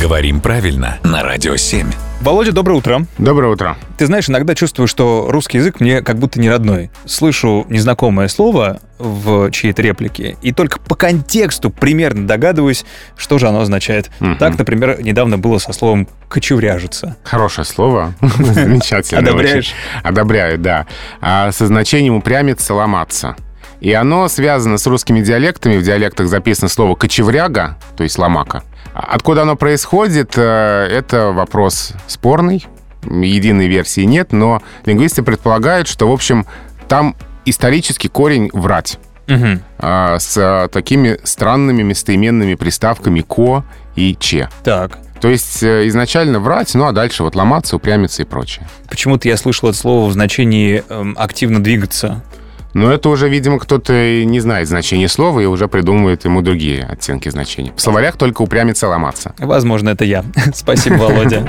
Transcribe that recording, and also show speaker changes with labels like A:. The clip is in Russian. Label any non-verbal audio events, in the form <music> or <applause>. A: Говорим правильно на Радио 7.
B: Володя, доброе утро.
C: Доброе утро.
B: Ты знаешь, иногда чувствую, что русский язык мне как будто не родной. Слышу незнакомое слово в чьей-то реплике, и только по контексту примерно догадываюсь, что же оно означает.
C: Мгм.
B: Так, например, недавно было со словом «кочуряжиться».
C: Хорошее слово. Замечательно.
B: Одобряешь?
C: очень. Одобряю, да. А со значением упрямиться, ломаться. И оно связано с русскими диалектами. В диалектах записано слово кочевряга, то есть ломака. А Откуда оно происходит, э, это вопрос спорный. Единой версии нет, но лингвисты предполагают, что, в общем, там исторический корень врать.
B: Мгм.
C: а, с а, такими странными местоименными приставками «ко» и «че».
B: Так.
C: То есть э, изначально врать, ну а дальше вот ломаться, упрямиться и прочее.
B: Почему-то я слышал это слово в значении эм, «активно двигаться».
C: Но это уже, видимо, кто-то и не знает значение слова и уже придумывает ему другие оттенки значения. В словарях только упрямиться, ломаться.
B: Возможно, это я. <laughs> Спасибо, Володя.